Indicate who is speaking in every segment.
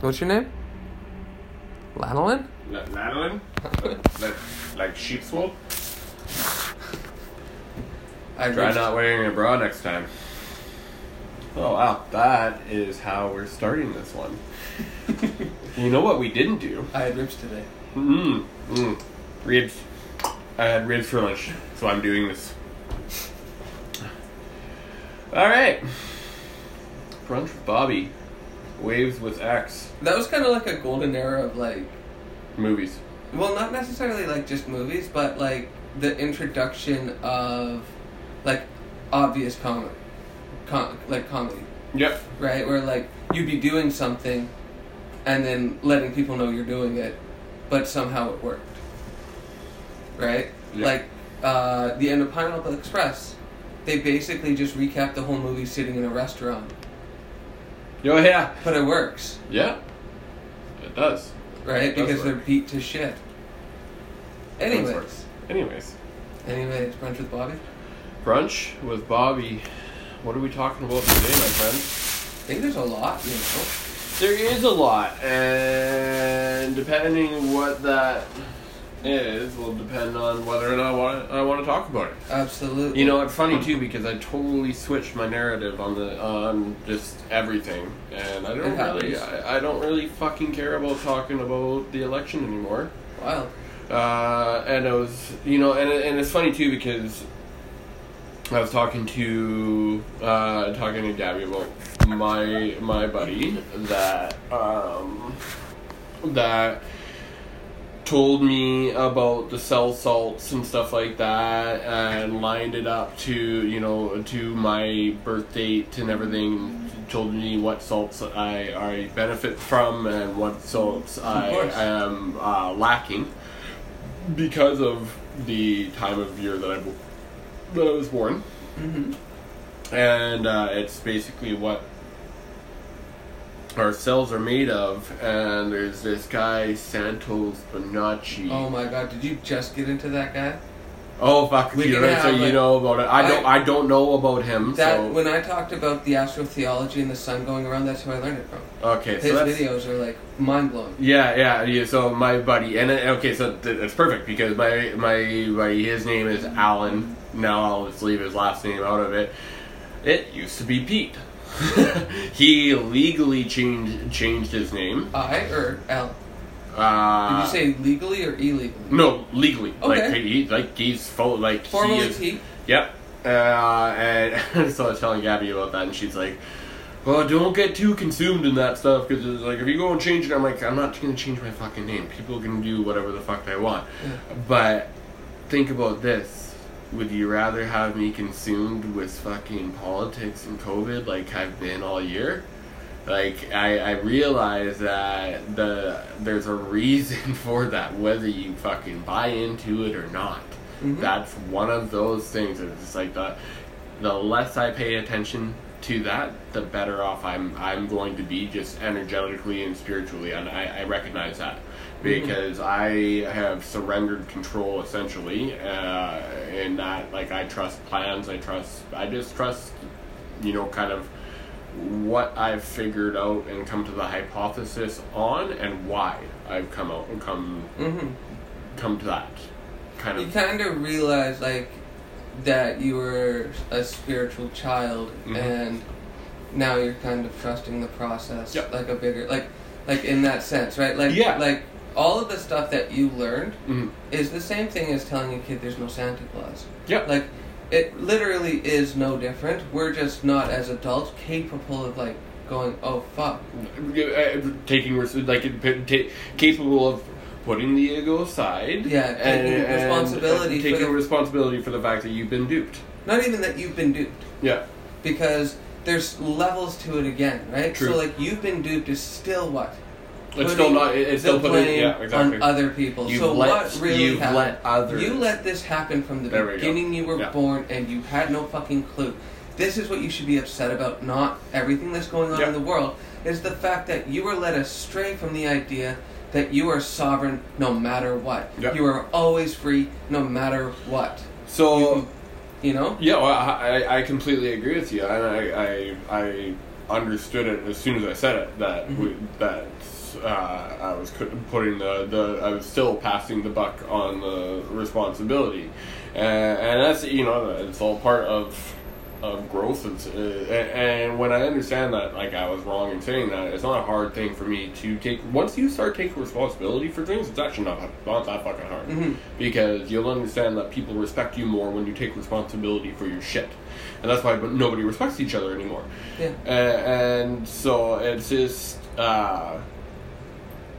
Speaker 1: What's your name? Lanolin?
Speaker 2: La- lanolin? like, like sheep's wool?
Speaker 1: I
Speaker 2: Try not wearing a bra next time. Oh wow, that is how we're starting this one. you know what we didn't do?
Speaker 1: I had ribs today.
Speaker 2: Mm, mm, ribs. I had ribs for lunch, so I'm doing this. All right. Brunch with Bobby. Waves with X.
Speaker 1: That was kind of like a golden era of like,
Speaker 2: Movies.
Speaker 1: well, not necessarily like just movies, but like the introduction of like obvious comedy, com- like comedy,
Speaker 2: Yep.
Speaker 1: right? Where like you'd be doing something, and then letting people know you're doing it, but somehow it worked, right?
Speaker 2: Yeah.
Speaker 1: Like uh, the end of Pineapple Express, they basically just recapped the whole movie sitting in a restaurant,
Speaker 2: Yo, Oh, yeah.
Speaker 1: but it works.
Speaker 2: Yeah. It does.
Speaker 1: Right?
Speaker 2: It does
Speaker 1: Because they're
Speaker 2: work.
Speaker 1: beat to shit.
Speaker 2: does
Speaker 1: Anyways.
Speaker 2: work. Anyways,
Speaker 1: Anyways, brunch with Bobby.
Speaker 2: brunch with Bobby. What are we talking about today, my friend?
Speaker 1: I think there's a lot, you know.
Speaker 2: There is a lot, and depending what that is will depend on whether or not I want to, I want to talk about it.
Speaker 1: Absolutely.
Speaker 2: You know, it's funny too because I totally switched my narrative on the on just everything, and I
Speaker 1: It
Speaker 2: don't
Speaker 1: happens.
Speaker 2: really I, I don't really fucking care about talking about the election anymore.
Speaker 1: Wild.
Speaker 2: Uh, and I was, you know, and, and it's funny too because I was talking to uh, talking to Gabby about my my buddy that um, that told me about the cell salts and stuff like that and lined it up to you know to my birth date and everything told me what salts I, I benefit from and what salts I
Speaker 1: course.
Speaker 2: am uh, lacking because of the time of year that I w- that I was born
Speaker 1: Mm-hmm.
Speaker 2: and uh, it's basically what our cells are made of. And there's this guy Santos Bonacci.
Speaker 1: Oh my god, did you just get into that guy?
Speaker 2: Oh, fuck!
Speaker 1: We
Speaker 2: you
Speaker 1: can
Speaker 2: know,
Speaker 1: have,
Speaker 2: so you
Speaker 1: like-
Speaker 2: know about it. I don't.
Speaker 1: I-
Speaker 2: I, don't know about him.
Speaker 1: That
Speaker 2: so
Speaker 1: when I talked about the astrotheology and the sun going around, that's who I learned it from.
Speaker 2: okay,
Speaker 1: His
Speaker 2: so that's
Speaker 1: videos are like mind blowing.
Speaker 2: Yeah, yeah, yeah. So my buddy, and then- okay, so th- that's perfect because my my buddy, his name is Alan. Now I'll just leave his last name out of it. It used to be Pete. he legally changed changed his name.
Speaker 1: I or L. Did
Speaker 2: Uh,
Speaker 1: you say legally or illegally?
Speaker 2: no legally? Like
Speaker 1: Okay.
Speaker 2: he like he's full like he
Speaker 1: Formerly
Speaker 2: is.
Speaker 1: Pete.
Speaker 2: Yep. Uh, and so I was telling Gabby about that, and she's like, "Well, don't get too consumed in that stuff because it's like if you go and change it, I'm like, I'm not gonna change my fucking name. People can do whatever the fuck they want. But think about this: Would you rather have me consumed with fucking politics and COVID like I've been all year? Like I, I realize that the there's a reason for that, whether you fucking buy into it or not
Speaker 1: Mhm.
Speaker 2: that's one of those things it's just like the the less i pay attention to that the better off i'm i'm going to be just energetically and spiritually and i, I recognize that because i have surrendered control essentially uh, in that like i trust plans i trust i just trust you know kind of what I've figured out and come to the hypothesis on, and why I've come out and come
Speaker 1: Mm-hmm.
Speaker 2: come to that kind
Speaker 1: you
Speaker 2: of
Speaker 1: kind of realize like that you were a spiritual child
Speaker 2: Mhm.
Speaker 1: and now you're kind of trusting the process
Speaker 2: Yep.
Speaker 1: like a bigger like like in that sense right like
Speaker 2: Yeah.
Speaker 1: like all of the stuff that you learned
Speaker 2: Mhm.
Speaker 1: is the same thing as telling a kid there's no santa claus
Speaker 2: Yep.
Speaker 1: like it literally is no different we're just not as adults capable of like going oh fuck
Speaker 2: Uh, taking res- like p- ta capable of putting the ego aside.
Speaker 1: Yeah, taking responsibility for
Speaker 2: taking
Speaker 1: the-
Speaker 2: responsibility for the fact that you've been duped.
Speaker 1: not even that you've been duped
Speaker 2: Yeah,
Speaker 1: because there's levels to it again right
Speaker 2: True.
Speaker 1: so like you've been duped is still what
Speaker 2: it's still
Speaker 1: putting
Speaker 2: not. it- It's still
Speaker 1: the
Speaker 2: putting.
Speaker 1: blame
Speaker 2: Yeah, exactly.
Speaker 1: on other people.
Speaker 2: You've
Speaker 1: so
Speaker 2: let-
Speaker 1: what really
Speaker 2: you've
Speaker 1: happened?
Speaker 2: let others-
Speaker 1: You let this happen from the
Speaker 2: There we go.
Speaker 1: beginning. You were
Speaker 2: Yeah.
Speaker 1: born and you had no fucking clue. This is what you should be upset about. Not everything that's going on
Speaker 2: Yeah.
Speaker 1: in the world is the fact that you were led astray from the idea that you are sovereign no matter what.
Speaker 2: Yeah.
Speaker 1: You are always free no matter what.
Speaker 2: so
Speaker 1: You know.
Speaker 2: yeah, well, I, I- I completely agree with you, and I I, I understood it as soon as I said it that we, that uh, I was cu- putting the, the I was still passing the buck on the responsibility, and, and that's you know it's all part of of growth and, s- uh, and when I understand that like I was wrong in saying that it's not a hard thing for me to take once you start taking responsibility for things it's actually not not that fucking hard
Speaker 1: Mhm.
Speaker 2: because you'll understand that people respect you more when you take responsibility for your shit and that's why but nobody respects each other anymore
Speaker 1: Yeah.
Speaker 2: uh, and so it's just uh,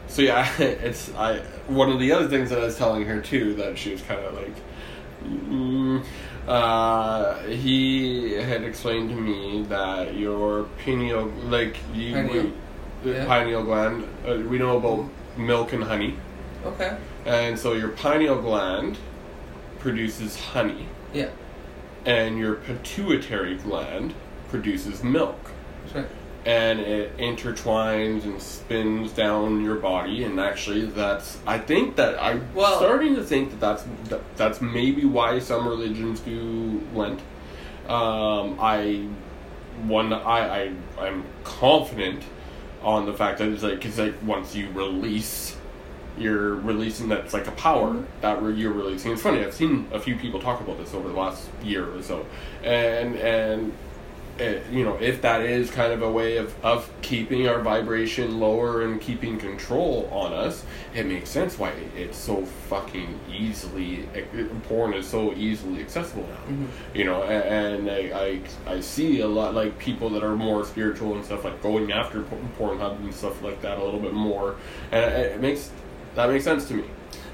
Speaker 2: so yeah it's i one of the other things that i was telling her too that she was kind of like mm, uh, he had explained to me that your pineal like you
Speaker 1: Pineal.
Speaker 2: we-
Speaker 1: Yeah.
Speaker 2: pineal gland uh, we know about milk and honey
Speaker 1: Okay.
Speaker 2: and so your pineal gland produces honey
Speaker 1: Yeah.
Speaker 2: and your pituitary gland produces milk
Speaker 1: That's right.
Speaker 2: and it intertwines and spins down your body and actually that's i think that i'm
Speaker 1: Well-
Speaker 2: starting to think that that's that, that's maybe why some religions do lent um, i one I, I i'm confident on the fact that it's like it's like once you release you're releasing that's like a power that re- you're releasing. It's funny. I've seen a few people talk about this over the last year or so, and and it, you know if that is kind of a way of of keeping our vibration lower and keeping control on us, it makes sense why it's so fucking easily porn is so easily accessible now
Speaker 1: Mhm.
Speaker 2: you know a- and I, I i see a lot like people that are more spiritual and stuff like going after Por- pornhub and stuff like that a little bit more and it, it makes that makes sense to me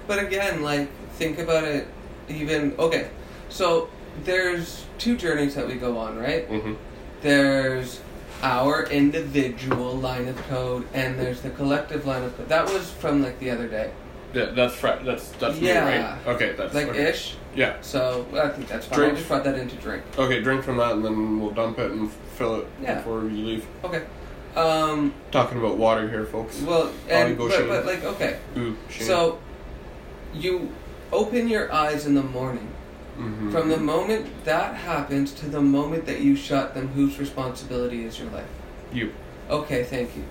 Speaker 1: But again, like think about it. Even okay, so there's two journeys that we go on, right?
Speaker 2: mm-hmm.
Speaker 1: There's our individual line of code, and there's the collective line of code. That was from like the other day,
Speaker 2: that, that's fra- that's that's me
Speaker 1: Yeah.
Speaker 2: right okay that's
Speaker 1: like
Speaker 2: okay.
Speaker 1: ish.
Speaker 2: yeah
Speaker 1: So I think that's fine.
Speaker 2: Drink.
Speaker 1: I just brought that into drink.
Speaker 2: okay drink from that and then we'll dump it and fill it
Speaker 1: Yeah.
Speaker 2: before you leave
Speaker 1: Okay. Um.
Speaker 2: talking about water here folks
Speaker 1: Well, and
Speaker 2: Oh, go
Speaker 1: but,
Speaker 2: shame.
Speaker 1: but like okay,
Speaker 2: Ooh,
Speaker 1: so you open your eyes in the morning.
Speaker 2: hmm
Speaker 1: From the moment that happens to the moment that you shut them, whose responsibility is your life?
Speaker 2: you
Speaker 1: Okay, thank you.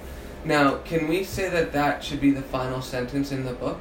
Speaker 1: Now, can we say that that should be the final sentence in the book?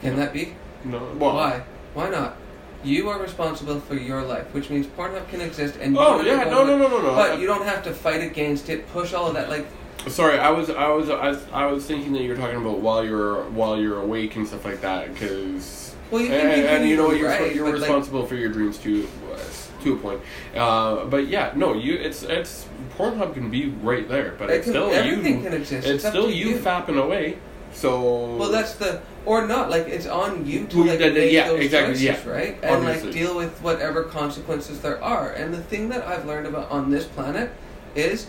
Speaker 1: Can that be?
Speaker 2: no well,
Speaker 1: Why? Why not? You are responsible for your life, which means Pornhub can exist and you
Speaker 2: oh
Speaker 1: don't
Speaker 2: yeah
Speaker 1: have to
Speaker 2: no
Speaker 1: go
Speaker 2: no
Speaker 1: with-
Speaker 2: no no no
Speaker 1: But you don't have to fight against it, push all of that. Like,
Speaker 2: Sorry, I was, I was, I was, I was thinking that you were talking about while you're while you're awake and stuff like that, because
Speaker 1: Well, you
Speaker 2: and,
Speaker 1: can- you can
Speaker 2: and you know
Speaker 1: be
Speaker 2: what, you're,
Speaker 1: right,
Speaker 2: you're
Speaker 1: but, like-
Speaker 2: responsible for your dreams too, uh, to a point. Uh, but yeah, no, you it's it's Pornhub can be right there, but
Speaker 1: It
Speaker 2: it's
Speaker 1: can-
Speaker 2: still
Speaker 1: everything
Speaker 2: you.
Speaker 1: can exist.
Speaker 2: It's
Speaker 1: It's up
Speaker 2: still
Speaker 1: to
Speaker 2: you,
Speaker 1: you.
Speaker 2: fapping away. So
Speaker 1: well, that's the or not. Like, it's on you to
Speaker 2: Well,
Speaker 1: like
Speaker 2: that- that-
Speaker 1: make
Speaker 2: yeah,
Speaker 1: those
Speaker 2: exactly,
Speaker 1: choices,
Speaker 2: yeah.
Speaker 1: right? And
Speaker 2: Obviously.
Speaker 1: like deal with whatever consequences there are. And the thing that I've learned about on this planet is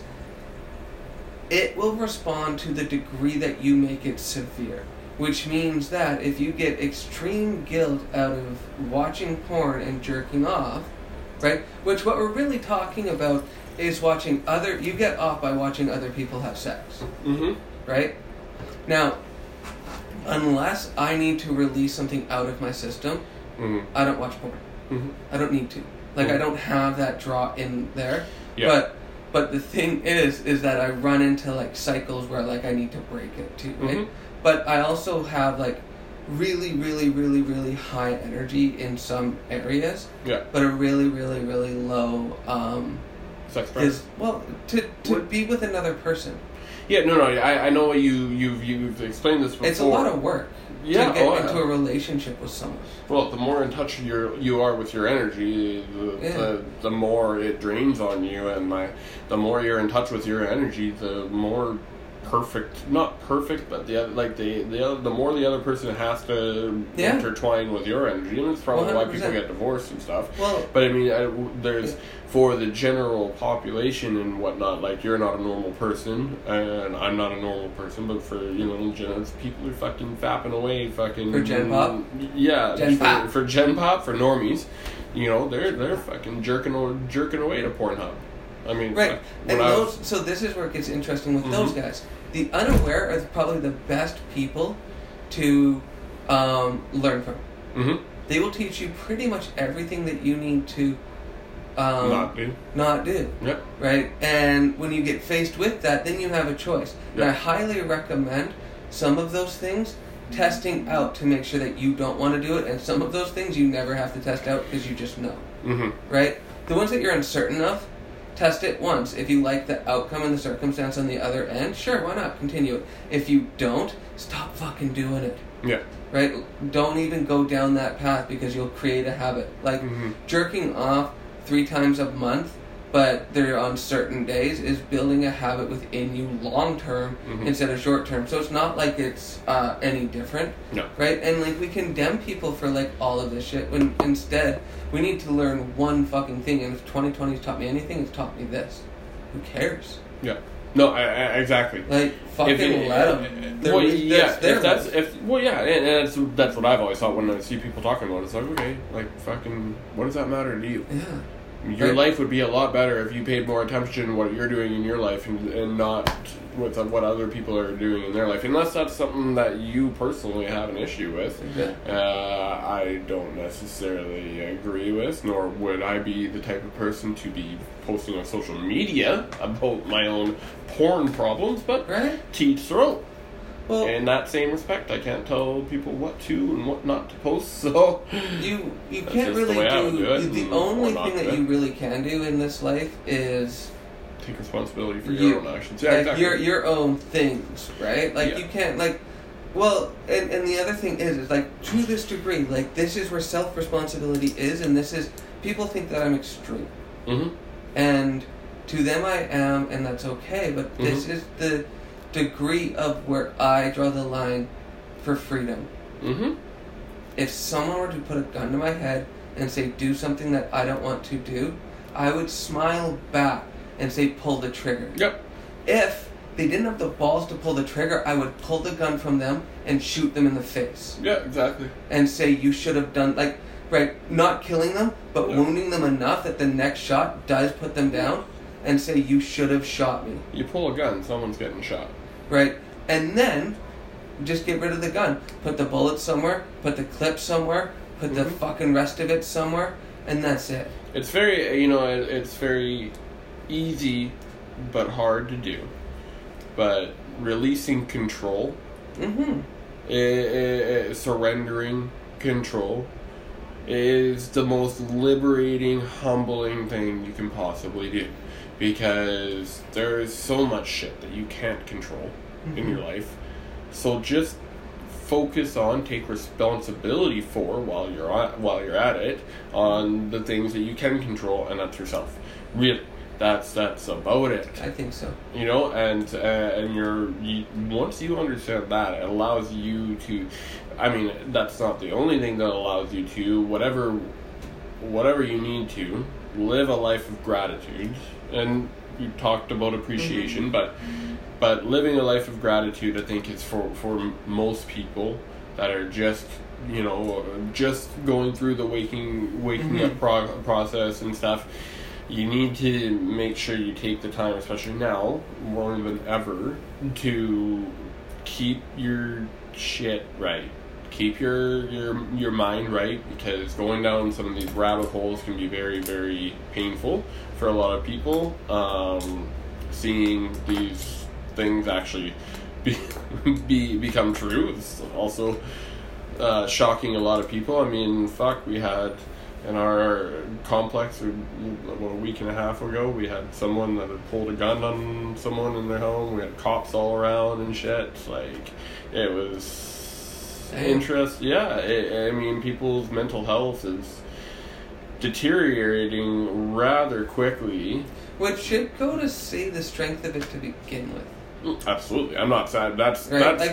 Speaker 1: it will respond to the degree that you make it severe. Which means that if you get extreme guilt out of watching porn and jerking off, right? Which what we're really talking about is watching other. You get off by watching other people have sex
Speaker 2: hmm
Speaker 1: right? Now, unless I need to release something out of my system,
Speaker 2: hmm
Speaker 1: I don't watch porn.
Speaker 2: hmm
Speaker 1: I don't need to. Like I
Speaker 2: Mhm.
Speaker 1: don't have that draw in there.
Speaker 2: Yeah.
Speaker 1: But but the thing is is that I run into like cycles where like I need to break it too, right?
Speaker 2: Mhm.
Speaker 1: But I also have like really really really really high energy in some areas,
Speaker 2: yeah,
Speaker 1: but a really really really low um
Speaker 2: sex friends.
Speaker 1: is well to to
Speaker 2: What-
Speaker 1: be with another person.
Speaker 2: Yeah, no, no, I, I know what you you've you've explained this before.
Speaker 1: It's a lot of work
Speaker 2: Yeah,
Speaker 1: to get
Speaker 2: oh, yeah.
Speaker 1: into a relationship with someone.
Speaker 2: Well, the more in touch you you are with your energy, the,
Speaker 1: Yeah.
Speaker 2: the, the more it drains on you, and like the more you're in touch with your energy, the more perfect not perfect, but the other, like the the other, the more the other person has to
Speaker 1: Yeah.
Speaker 2: intertwine with your energy, and it's probably why people
Speaker 1: 100%.
Speaker 2: get divorced and stuff.
Speaker 1: Well,
Speaker 2: But I mean, I, there's for the general population and whatnot. Like you're not a normal person, and I'm not a normal person. But for you know, gen, it's people who fucking fapping away, fucking
Speaker 1: For Gen Pop?
Speaker 2: Yeah,
Speaker 1: Gen
Speaker 2: for,
Speaker 1: Pop.
Speaker 2: for Gen Pop, for normies, you know, they're they're fucking jerking o- jerking away to Pornhub. I mean,
Speaker 1: Right,
Speaker 2: fuck,
Speaker 1: and
Speaker 2: I
Speaker 1: those.
Speaker 2: was-
Speaker 1: So this is where it gets interesting with
Speaker 2: Mhm.
Speaker 1: those guys. The unaware are probably the best people to um, learn from.
Speaker 2: Mhm.
Speaker 1: They will teach you pretty much everything that you need to um,
Speaker 2: Not do.
Speaker 1: not do,
Speaker 2: Yep.
Speaker 1: right? And when you get faced with that, then you have a choice. And I
Speaker 2: Yeah.
Speaker 1: highly recommend some of those things testing out to make sure that you don't want to do it, and some of those things you never have to test out because you just know,
Speaker 2: Mm-hmm.
Speaker 1: right? The ones that you're uncertain of, test it once. If you like the outcome and the circumstance on the other end, sure, why not continue it? If you don't, stop fucking doing it
Speaker 2: Yeah.
Speaker 1: right? Don't even go down that path because you'll create a habit. Like
Speaker 2: Mhm.
Speaker 1: jerking off three times a month, but they're on certain days, is building a habit within you long term
Speaker 2: Mhm.
Speaker 1: instead of short term. So it's not like it's uh, any different,
Speaker 2: No.
Speaker 1: right? And like we condemn people for like all of this shit when instead we need to learn one fucking thing. And if 2020's taught me anything, it's taught me this. Who cares?
Speaker 2: Yeah. No. I, I, exactly.
Speaker 1: Like fucking
Speaker 2: it- uh,
Speaker 1: let them.
Speaker 2: Well, yeah, if that's if well, yeah, and, and that's that's what I've always thought when I see people talking about it. It's like okay, like fucking, what does that matter to you?
Speaker 1: yeah.
Speaker 2: Your
Speaker 1: Right.
Speaker 2: life would be a lot better if you paid more attention to what you're doing in your life and, and not with what other people are doing in their life. Unless that's something that you personally have an issue with.
Speaker 1: Yeah.
Speaker 2: Uh, I don't necessarily agree with, nor would I be the type of person to be posting on social media about my own porn problems, but
Speaker 1: Right?
Speaker 2: to each their own.
Speaker 1: Well,
Speaker 2: In that same respect, I can't tell people what to and what not to post, so.
Speaker 1: you you
Speaker 2: That's
Speaker 1: can't
Speaker 2: just the
Speaker 1: really
Speaker 2: way I would
Speaker 1: do,
Speaker 2: do it,
Speaker 1: the
Speaker 2: and
Speaker 1: only
Speaker 2: or not
Speaker 1: thing
Speaker 2: do
Speaker 1: that
Speaker 2: it.
Speaker 1: you really can do in this life is
Speaker 2: Take responsibility for
Speaker 1: You-
Speaker 2: your own actions. Yeah,
Speaker 1: like,
Speaker 2: exactly.
Speaker 1: your your own things right like
Speaker 2: Yeah.
Speaker 1: you can't like well and, and the other thing is is like to this degree like this is where self responsibility is and this is people think that i'm extreme
Speaker 2: Mhm.
Speaker 1: and to them i am and that's okay but this
Speaker 2: Mm-hmm.
Speaker 1: is the degree of where i draw the line for freedom
Speaker 2: Mhm.
Speaker 1: if someone were to put a gun to my head and say do something that I don't want to do, I would smile back and say pull the trigger.
Speaker 2: Yep.
Speaker 1: If they didn't have the balls to pull the trigger, I would pull the gun from them and shoot them in the face
Speaker 2: Yeah, exactly.
Speaker 1: and say you should have done like right, not killing them, but
Speaker 2: Yeah.
Speaker 1: wounding them enough that the next shot does put them down and say you should have shot me.
Speaker 2: You pull a gun, someone's getting shot.
Speaker 1: right? And then just get rid of the gun. Put the bullet somewhere, put the clip somewhere, put the
Speaker 2: Mhm.
Speaker 1: fucking rest of it somewhere, and that's it.
Speaker 2: It's very, you know, it, it's very easy but hard to do. But releasing control,
Speaker 1: Mm-hmm.
Speaker 2: i i i eh, surrendering control, is the most liberating, humbling thing you can possibly do. Because there is so much shit that you can't control in your life. So just focus on, take responsibility for while you're on, while you're at it on the things that you can control, and that's yourself. Really, that's that's about it.
Speaker 1: I think so.
Speaker 2: You know, and uh, and you're you, once you understand that, it allows you to. I mean, that's not the only thing that allows you to whatever whatever you need to live a life of gratitude and you talked about appreciation but but living a life of gratitude i think is for for m- most people that are just you know just going through the waking waking up prog- process and stuff you need to make sure you take the time especially now more than ever to keep your shit right keep your your your mind right because going down some of these rabbit holes can be very very painful for a lot of people um, seeing these things actually be, be become true is also uh, shocking a lot of people i mean fuck we had in our complex a, a week and a half ago we had someone that had pulled a gun on someone in their home we had cops all around and shit like it was
Speaker 1: Damn.
Speaker 2: interest yeah i i mean people's mental health is deteriorating rather quickly
Speaker 1: What should go to see the strength of it to begin with,
Speaker 2: absolutely i'm not sad that's
Speaker 1: right?
Speaker 2: that's
Speaker 1: like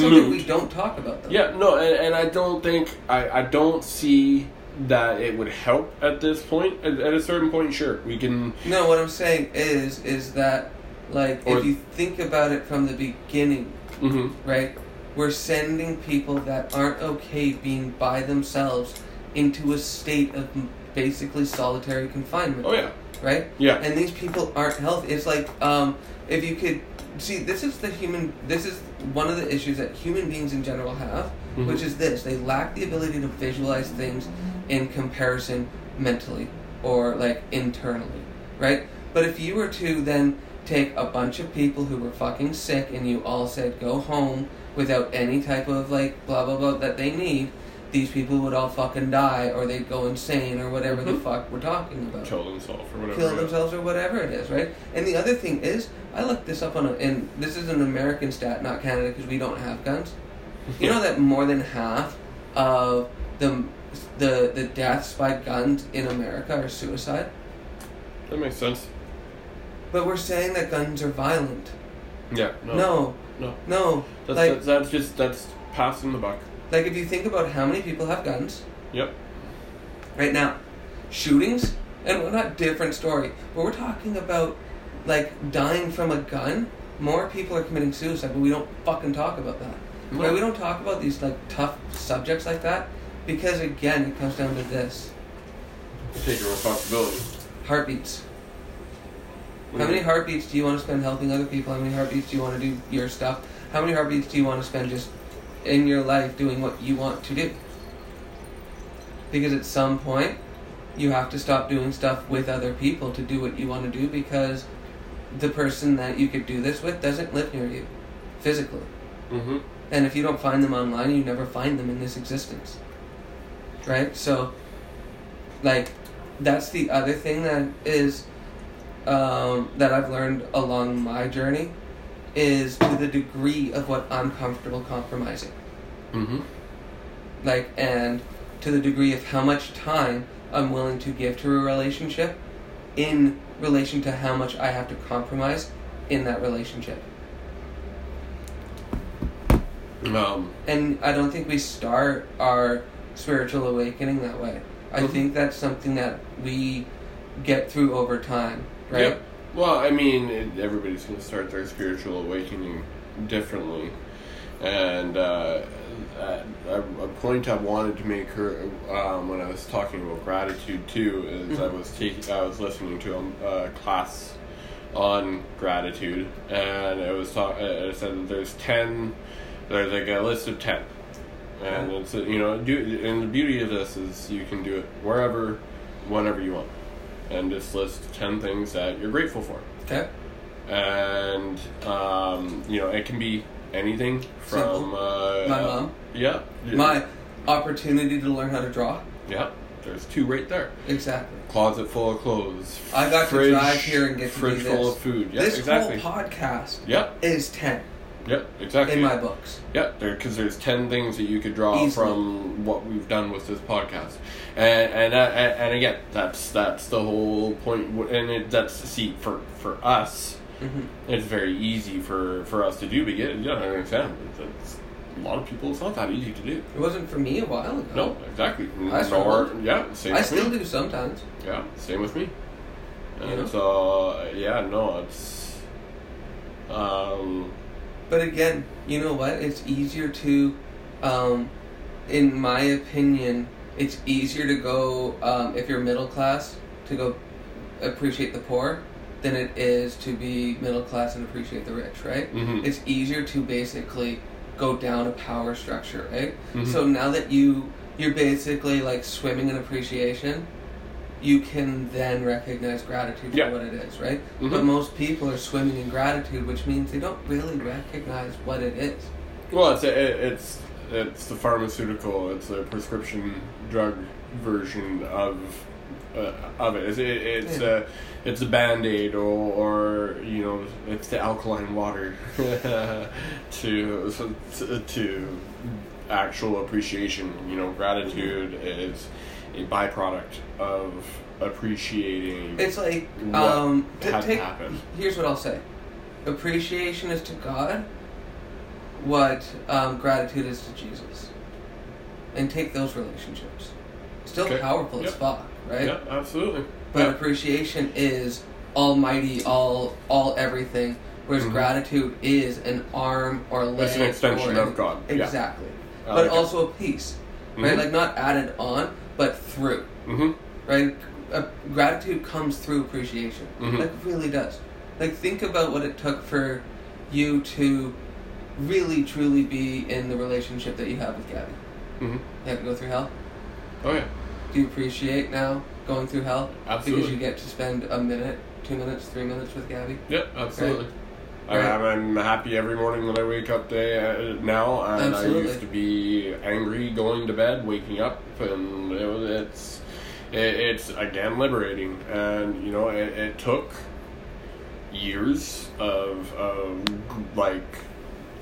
Speaker 1: that's,
Speaker 2: moot.
Speaker 1: something we don't talk about. Though.
Speaker 2: Yeah, no, and, and I don't think I, I don't see that it would help at this point. At, at a certain point, sure, we can.
Speaker 1: No, what I'm saying is, is that like
Speaker 2: Or-
Speaker 1: if you think about it from the beginning,
Speaker 2: hmm
Speaker 1: right? We're sending people that aren't okay being by themselves into a state of m- basically solitary confinement,
Speaker 2: Oh yeah,
Speaker 1: right?
Speaker 2: yeah,
Speaker 1: And these people aren't healthy. It's like um, if you could see, this is the human. This is one of the issues that human beings in general have,
Speaker 2: Mhm.
Speaker 1: which is this: they lack the ability to visualize things in comparison mentally or like internally, right? But if you were to then take a bunch of people who were fucking sick and you all said go home without any type of like blah blah blah that they need, these people would all fucking die or they'd go insane or whatever the
Speaker 2: Mhm.
Speaker 1: fuck we're talking about
Speaker 2: kill themselves or whatever.
Speaker 1: kill
Speaker 2: yeah.
Speaker 1: themselves or whatever it is, right? And the other thing is, I looked this up on, a, and this is an American stat, not Canada, because we don't have guns. You know that more than half of the the the deaths by guns in America are suicide,
Speaker 2: That makes sense.
Speaker 1: but we're saying that guns are violent.
Speaker 2: Yeah. No.
Speaker 1: No,
Speaker 2: No.
Speaker 1: no,
Speaker 2: Oh. That's,
Speaker 1: like-
Speaker 2: that's, that's just that's passing the buck.
Speaker 1: like if you think about how many people have guns
Speaker 2: Yep.
Speaker 1: right now, shootings and whatnot, different story. But we're talking about like dying from a gun. More people are committing suicide, but we don't fucking talk about that. Why we don't talk about these like tough subjects like that? Because again, it comes down to this:
Speaker 2: Take your responsibility.
Speaker 1: heartbeats. How many heartbeats do you want to spend helping other people? How many heartbeats do you want to do your stuff? How many heartbeats do you want to spend just in your life doing what you want to do? Because at some point, you have to stop doing stuff with other people to do what you want to do because the person that you could do this with doesn't live near you physically.
Speaker 2: Mm-hmm.
Speaker 1: And if you don't find them online, you never find them in this existence. Right? So, like, that's the other thing that is, um, that I've learned along my journey is to the degree of what I'm comfortable compromising.
Speaker 2: Mm-hmm.
Speaker 1: Like, and to the degree of how much time I'm willing to give to a relationship in relation to how much I have to compromise in that relationship.
Speaker 2: Um,
Speaker 1: and I don't think we start our spiritual awakening that way. I
Speaker 2: Mhm.
Speaker 1: think that's something that we get through over time, right?
Speaker 2: Yep. Well, I mean, it, everybody's going to start their spiritual awakening differently, and uh, a, a point I wanted to make her um, when I was talking about gratitude too is I was taking, I was listening to a, a class on gratitude, and it was talk, it said that there's ten, there's like a list of ten. And it's you know, do, and the beauty of this is you can do it wherever, whenever you want and just list 10 things that you're grateful for.
Speaker 1: Okay.
Speaker 2: And, um, you know, it can be anything from.
Speaker 1: Simple.
Speaker 2: Uh,
Speaker 1: My mom.
Speaker 2: Yeah.
Speaker 1: My opportunity to learn how to draw.
Speaker 2: Yeah. There's two right there.
Speaker 1: Exactly.
Speaker 2: Closet full of clothes.
Speaker 1: I got to drive here and get to do
Speaker 2: Fridge full
Speaker 1: this.
Speaker 2: of food. Yeah,
Speaker 1: this
Speaker 2: exactly.
Speaker 1: whole podcast
Speaker 2: Yep.
Speaker 1: is ten
Speaker 2: Yep. Exactly.
Speaker 1: in my books.
Speaker 2: Yeah, because there's ten things that you could draw
Speaker 1: Easily.
Speaker 2: from what we've done with this podcast, and and uh, and and again, that's that's the whole point, w- and it, that's see for for us,
Speaker 1: Mhm.
Speaker 2: it's very easy for for us to do. But yeah, yeah, I understand. It's, it's, a lot of people, it's not that easy to do.
Speaker 1: It wasn't for me a while ago.
Speaker 2: No, exactly.
Speaker 1: I
Speaker 2: Nor,
Speaker 1: struggled.
Speaker 2: yeah, same
Speaker 1: I
Speaker 2: with me.
Speaker 1: still do sometimes.
Speaker 2: Yeah, same with me. And
Speaker 1: You know?
Speaker 2: so yeah, no, it's um
Speaker 1: But again, you know what? It's easier to, um, in my opinion, it's easier to go um, if you're middle class to go appreciate the poor than it is to be middle class and appreciate the rich, right?
Speaker 2: mhm.
Speaker 1: It's easier to basically go down a power structure, right?
Speaker 2: Mhm.
Speaker 1: So now that you you're basically like swimming in appreciation, you can then recognize gratitude
Speaker 2: Yeah.
Speaker 1: for what it is, right?
Speaker 2: Mhm.
Speaker 1: But most people are swimming in gratitude, which means they don't really recognize what it is.
Speaker 2: Well, it's a, it's it's the pharmaceutical. It's a prescription drug version of uh, of it. It's it, it's
Speaker 1: Yeah.
Speaker 2: a it's a band aid or, or you know it's the alkaline water to so- to- to actual appreciation. You know, gratitude is a byproduct of appreciating.
Speaker 1: It's like
Speaker 2: What
Speaker 1: um, t-
Speaker 2: had
Speaker 1: take,
Speaker 2: happened.
Speaker 1: here's what I'll say: appreciation is to God what um, gratitude is to Jesus, and take those relationships. Still
Speaker 2: Okay.
Speaker 1: powerful as
Speaker 2: Yep.
Speaker 1: fuck, right?
Speaker 2: yeah, absolutely.
Speaker 1: But
Speaker 2: Yeah.
Speaker 1: appreciation is almighty, all all everything. Whereas
Speaker 2: Mhm.
Speaker 1: gratitude is an arm or leg.
Speaker 2: It's an extension
Speaker 1: or
Speaker 2: of God. Yeah.
Speaker 1: Exactly.
Speaker 2: I
Speaker 1: But
Speaker 2: like it.
Speaker 1: also a piece, right?
Speaker 2: Mhm.
Speaker 1: Like not added on, but through,
Speaker 2: Mhm.
Speaker 1: right? Uh, gratitude comes through appreciation.
Speaker 2: Mhm.
Speaker 1: Like really does. Like think about what it took for you to really truly be in the relationship that you have with Gabby.
Speaker 2: Mhm.
Speaker 1: You have to go through hell.
Speaker 2: Oh yeah.
Speaker 1: Do you appreciate now going through hell because
Speaker 2: Absolutely.
Speaker 1: you get to spend a minute, two minutes, three minutes with Gabby.
Speaker 2: Yep, absolutely. I,
Speaker 1: Right.
Speaker 2: I'm happy every morning that I wake up day uh, now, and I
Speaker 1: Absolutely.
Speaker 2: used to be angry going to bed, waking up, and it was, it's it, it's again liberating. And you know, it, it took years of of g- like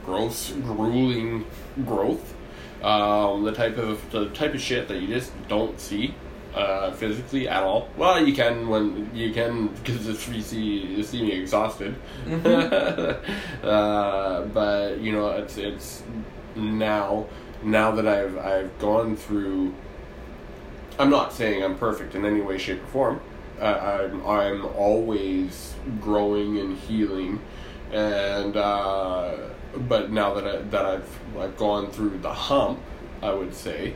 Speaker 2: gross, grueling growth. Um, the type of the type of shit that you just don't see uh, physically at all. Well, you can when you can because if you see you see me exhausted.
Speaker 1: Mm-hmm.
Speaker 2: uh, but you know, it's it's now now that I've I've gone through. I'm not saying I'm perfect in any way, shape, or form. Uh, I'm I'm always growing and healing, and uh, but now that I, that I've like gone through the hump, I would say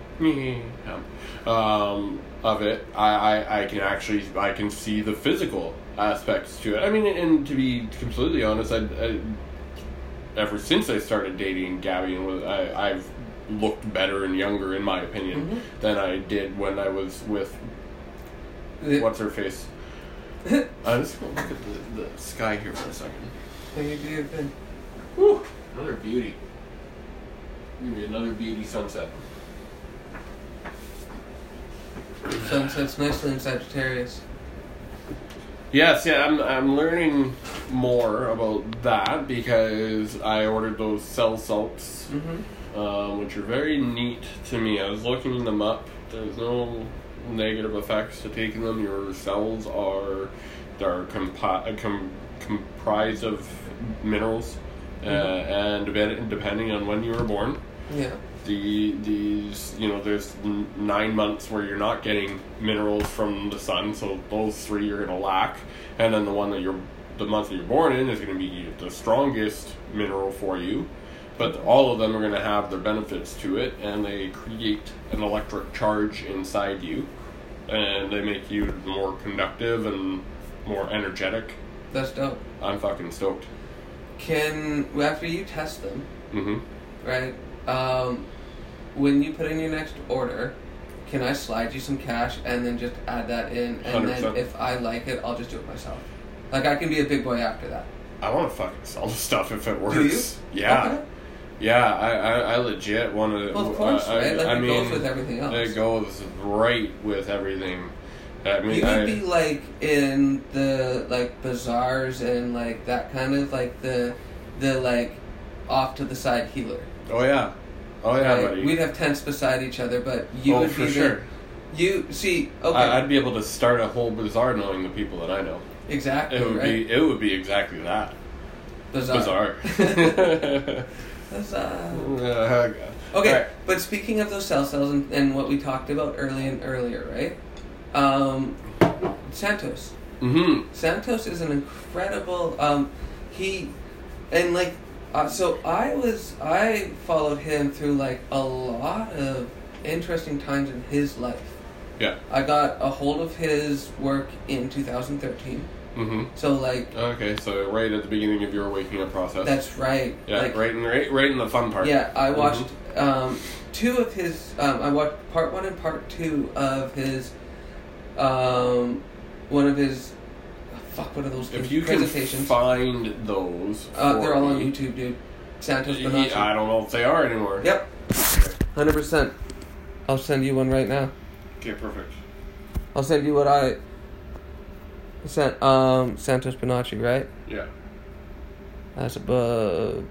Speaker 2: hump, um, of it, I, I I can actually I can see the physical aspects to it. I mean, and to be completely honest, I, I ever since I started dating Gabby, and was, I, I've looked better and younger, in my opinion, than I did when I was with
Speaker 1: The-
Speaker 2: what's her face. I'm just gonna look at the, the sky here for a second.
Speaker 1: Think it'd be a good-
Speaker 2: Whew, another beauty. Give me another beauty sunset.
Speaker 1: Sunsets nicely in Sagittarius.
Speaker 2: Yes, yeah, I'm I'm learning more about that because I ordered those cell salts.
Speaker 1: hmm
Speaker 2: um, which are very neat to me. I was looking them up. There's no negative effects to taking them. Your cells are are compi- uh, com- comprised of minerals, uh,
Speaker 1: Mhm.
Speaker 2: and depend- depending on when you were born,
Speaker 1: Yeah.
Speaker 2: the these you know there's n- nine months where you're not getting minerals from the sun, so those three you're gonna lack, and then the one that you're the month that you're born in is gonna be the strongest mineral for you, but all of them are gonna have their benefits to it, and they create an electric charge inside you, and they make you more conductive and more energetic.
Speaker 1: That's dope.
Speaker 2: I'm fucking stoked.
Speaker 1: Can well, after you test them,
Speaker 2: hmm
Speaker 1: right? Um, when you put in your next order, can I slide you some cash and then just add that in? And then
Speaker 2: 100%.
Speaker 1: if I like it, I'll just do it myself. Like I can be a big boy after that.
Speaker 2: I want to fucking sell the stuff if it works.
Speaker 1: you?
Speaker 2: Yeah.
Speaker 1: Okay.
Speaker 2: Yeah, I, I, I legit want to.
Speaker 1: Well, of course,
Speaker 2: I,
Speaker 1: right? Like
Speaker 2: I
Speaker 1: it
Speaker 2: mean,
Speaker 1: goes with everything else.
Speaker 2: It goes right with everything. I mean,
Speaker 1: you
Speaker 2: I,
Speaker 1: would be like in the like bazaars and like that kind of like the the like off to the side healer.
Speaker 2: oh yeah, oh yeah,
Speaker 1: right?
Speaker 2: buddy.
Speaker 1: We'd have tents beside each other, but you
Speaker 2: oh,
Speaker 1: would
Speaker 2: for
Speaker 1: be
Speaker 2: sure.
Speaker 1: the you see okay
Speaker 2: I, I'd be able to start a whole bazaar knowing the people that I know.
Speaker 1: exactly
Speaker 2: It would
Speaker 1: right
Speaker 2: be it would be exactly that
Speaker 1: bazaar
Speaker 2: bazaar.
Speaker 1: bazaar.
Speaker 2: Uh,
Speaker 1: Okay,
Speaker 2: Alright.
Speaker 1: but speaking of those cell cells and, and what we talked about early and earlier, right? Um, Santos.
Speaker 2: Mhm.
Speaker 1: Santos is an incredible. Um, he and like, uh, so I was I followed him through like a lot of interesting times in his life.
Speaker 2: Yeah.
Speaker 1: I got a hold of his work in 2013.
Speaker 2: Mhm.
Speaker 1: So like,
Speaker 2: Okay, so right at the beginning of your waking up process.
Speaker 1: that's right.
Speaker 2: yeah,
Speaker 1: like,
Speaker 2: right in right, right in the fun part.
Speaker 1: Yeah, I
Speaker 2: Mhm.
Speaker 1: watched um, two of his. Um, I watched part one and part two of his. Um, one of his. oh, fuck, what are those
Speaker 2: If
Speaker 1: things?
Speaker 2: you can
Speaker 1: presentations?
Speaker 2: find those,
Speaker 1: uh, they're all on
Speaker 2: for me-
Speaker 1: YouTube, dude. Santos
Speaker 2: Ye-
Speaker 1: Bonacci.
Speaker 2: I don't know if they are anymore.
Speaker 1: Yep. Hundred percent. I'll send you one right now.
Speaker 2: Okay, perfect.
Speaker 1: I'll send you what I sent. Um, Santos Bonacci, right?
Speaker 2: Yeah.
Speaker 1: That's above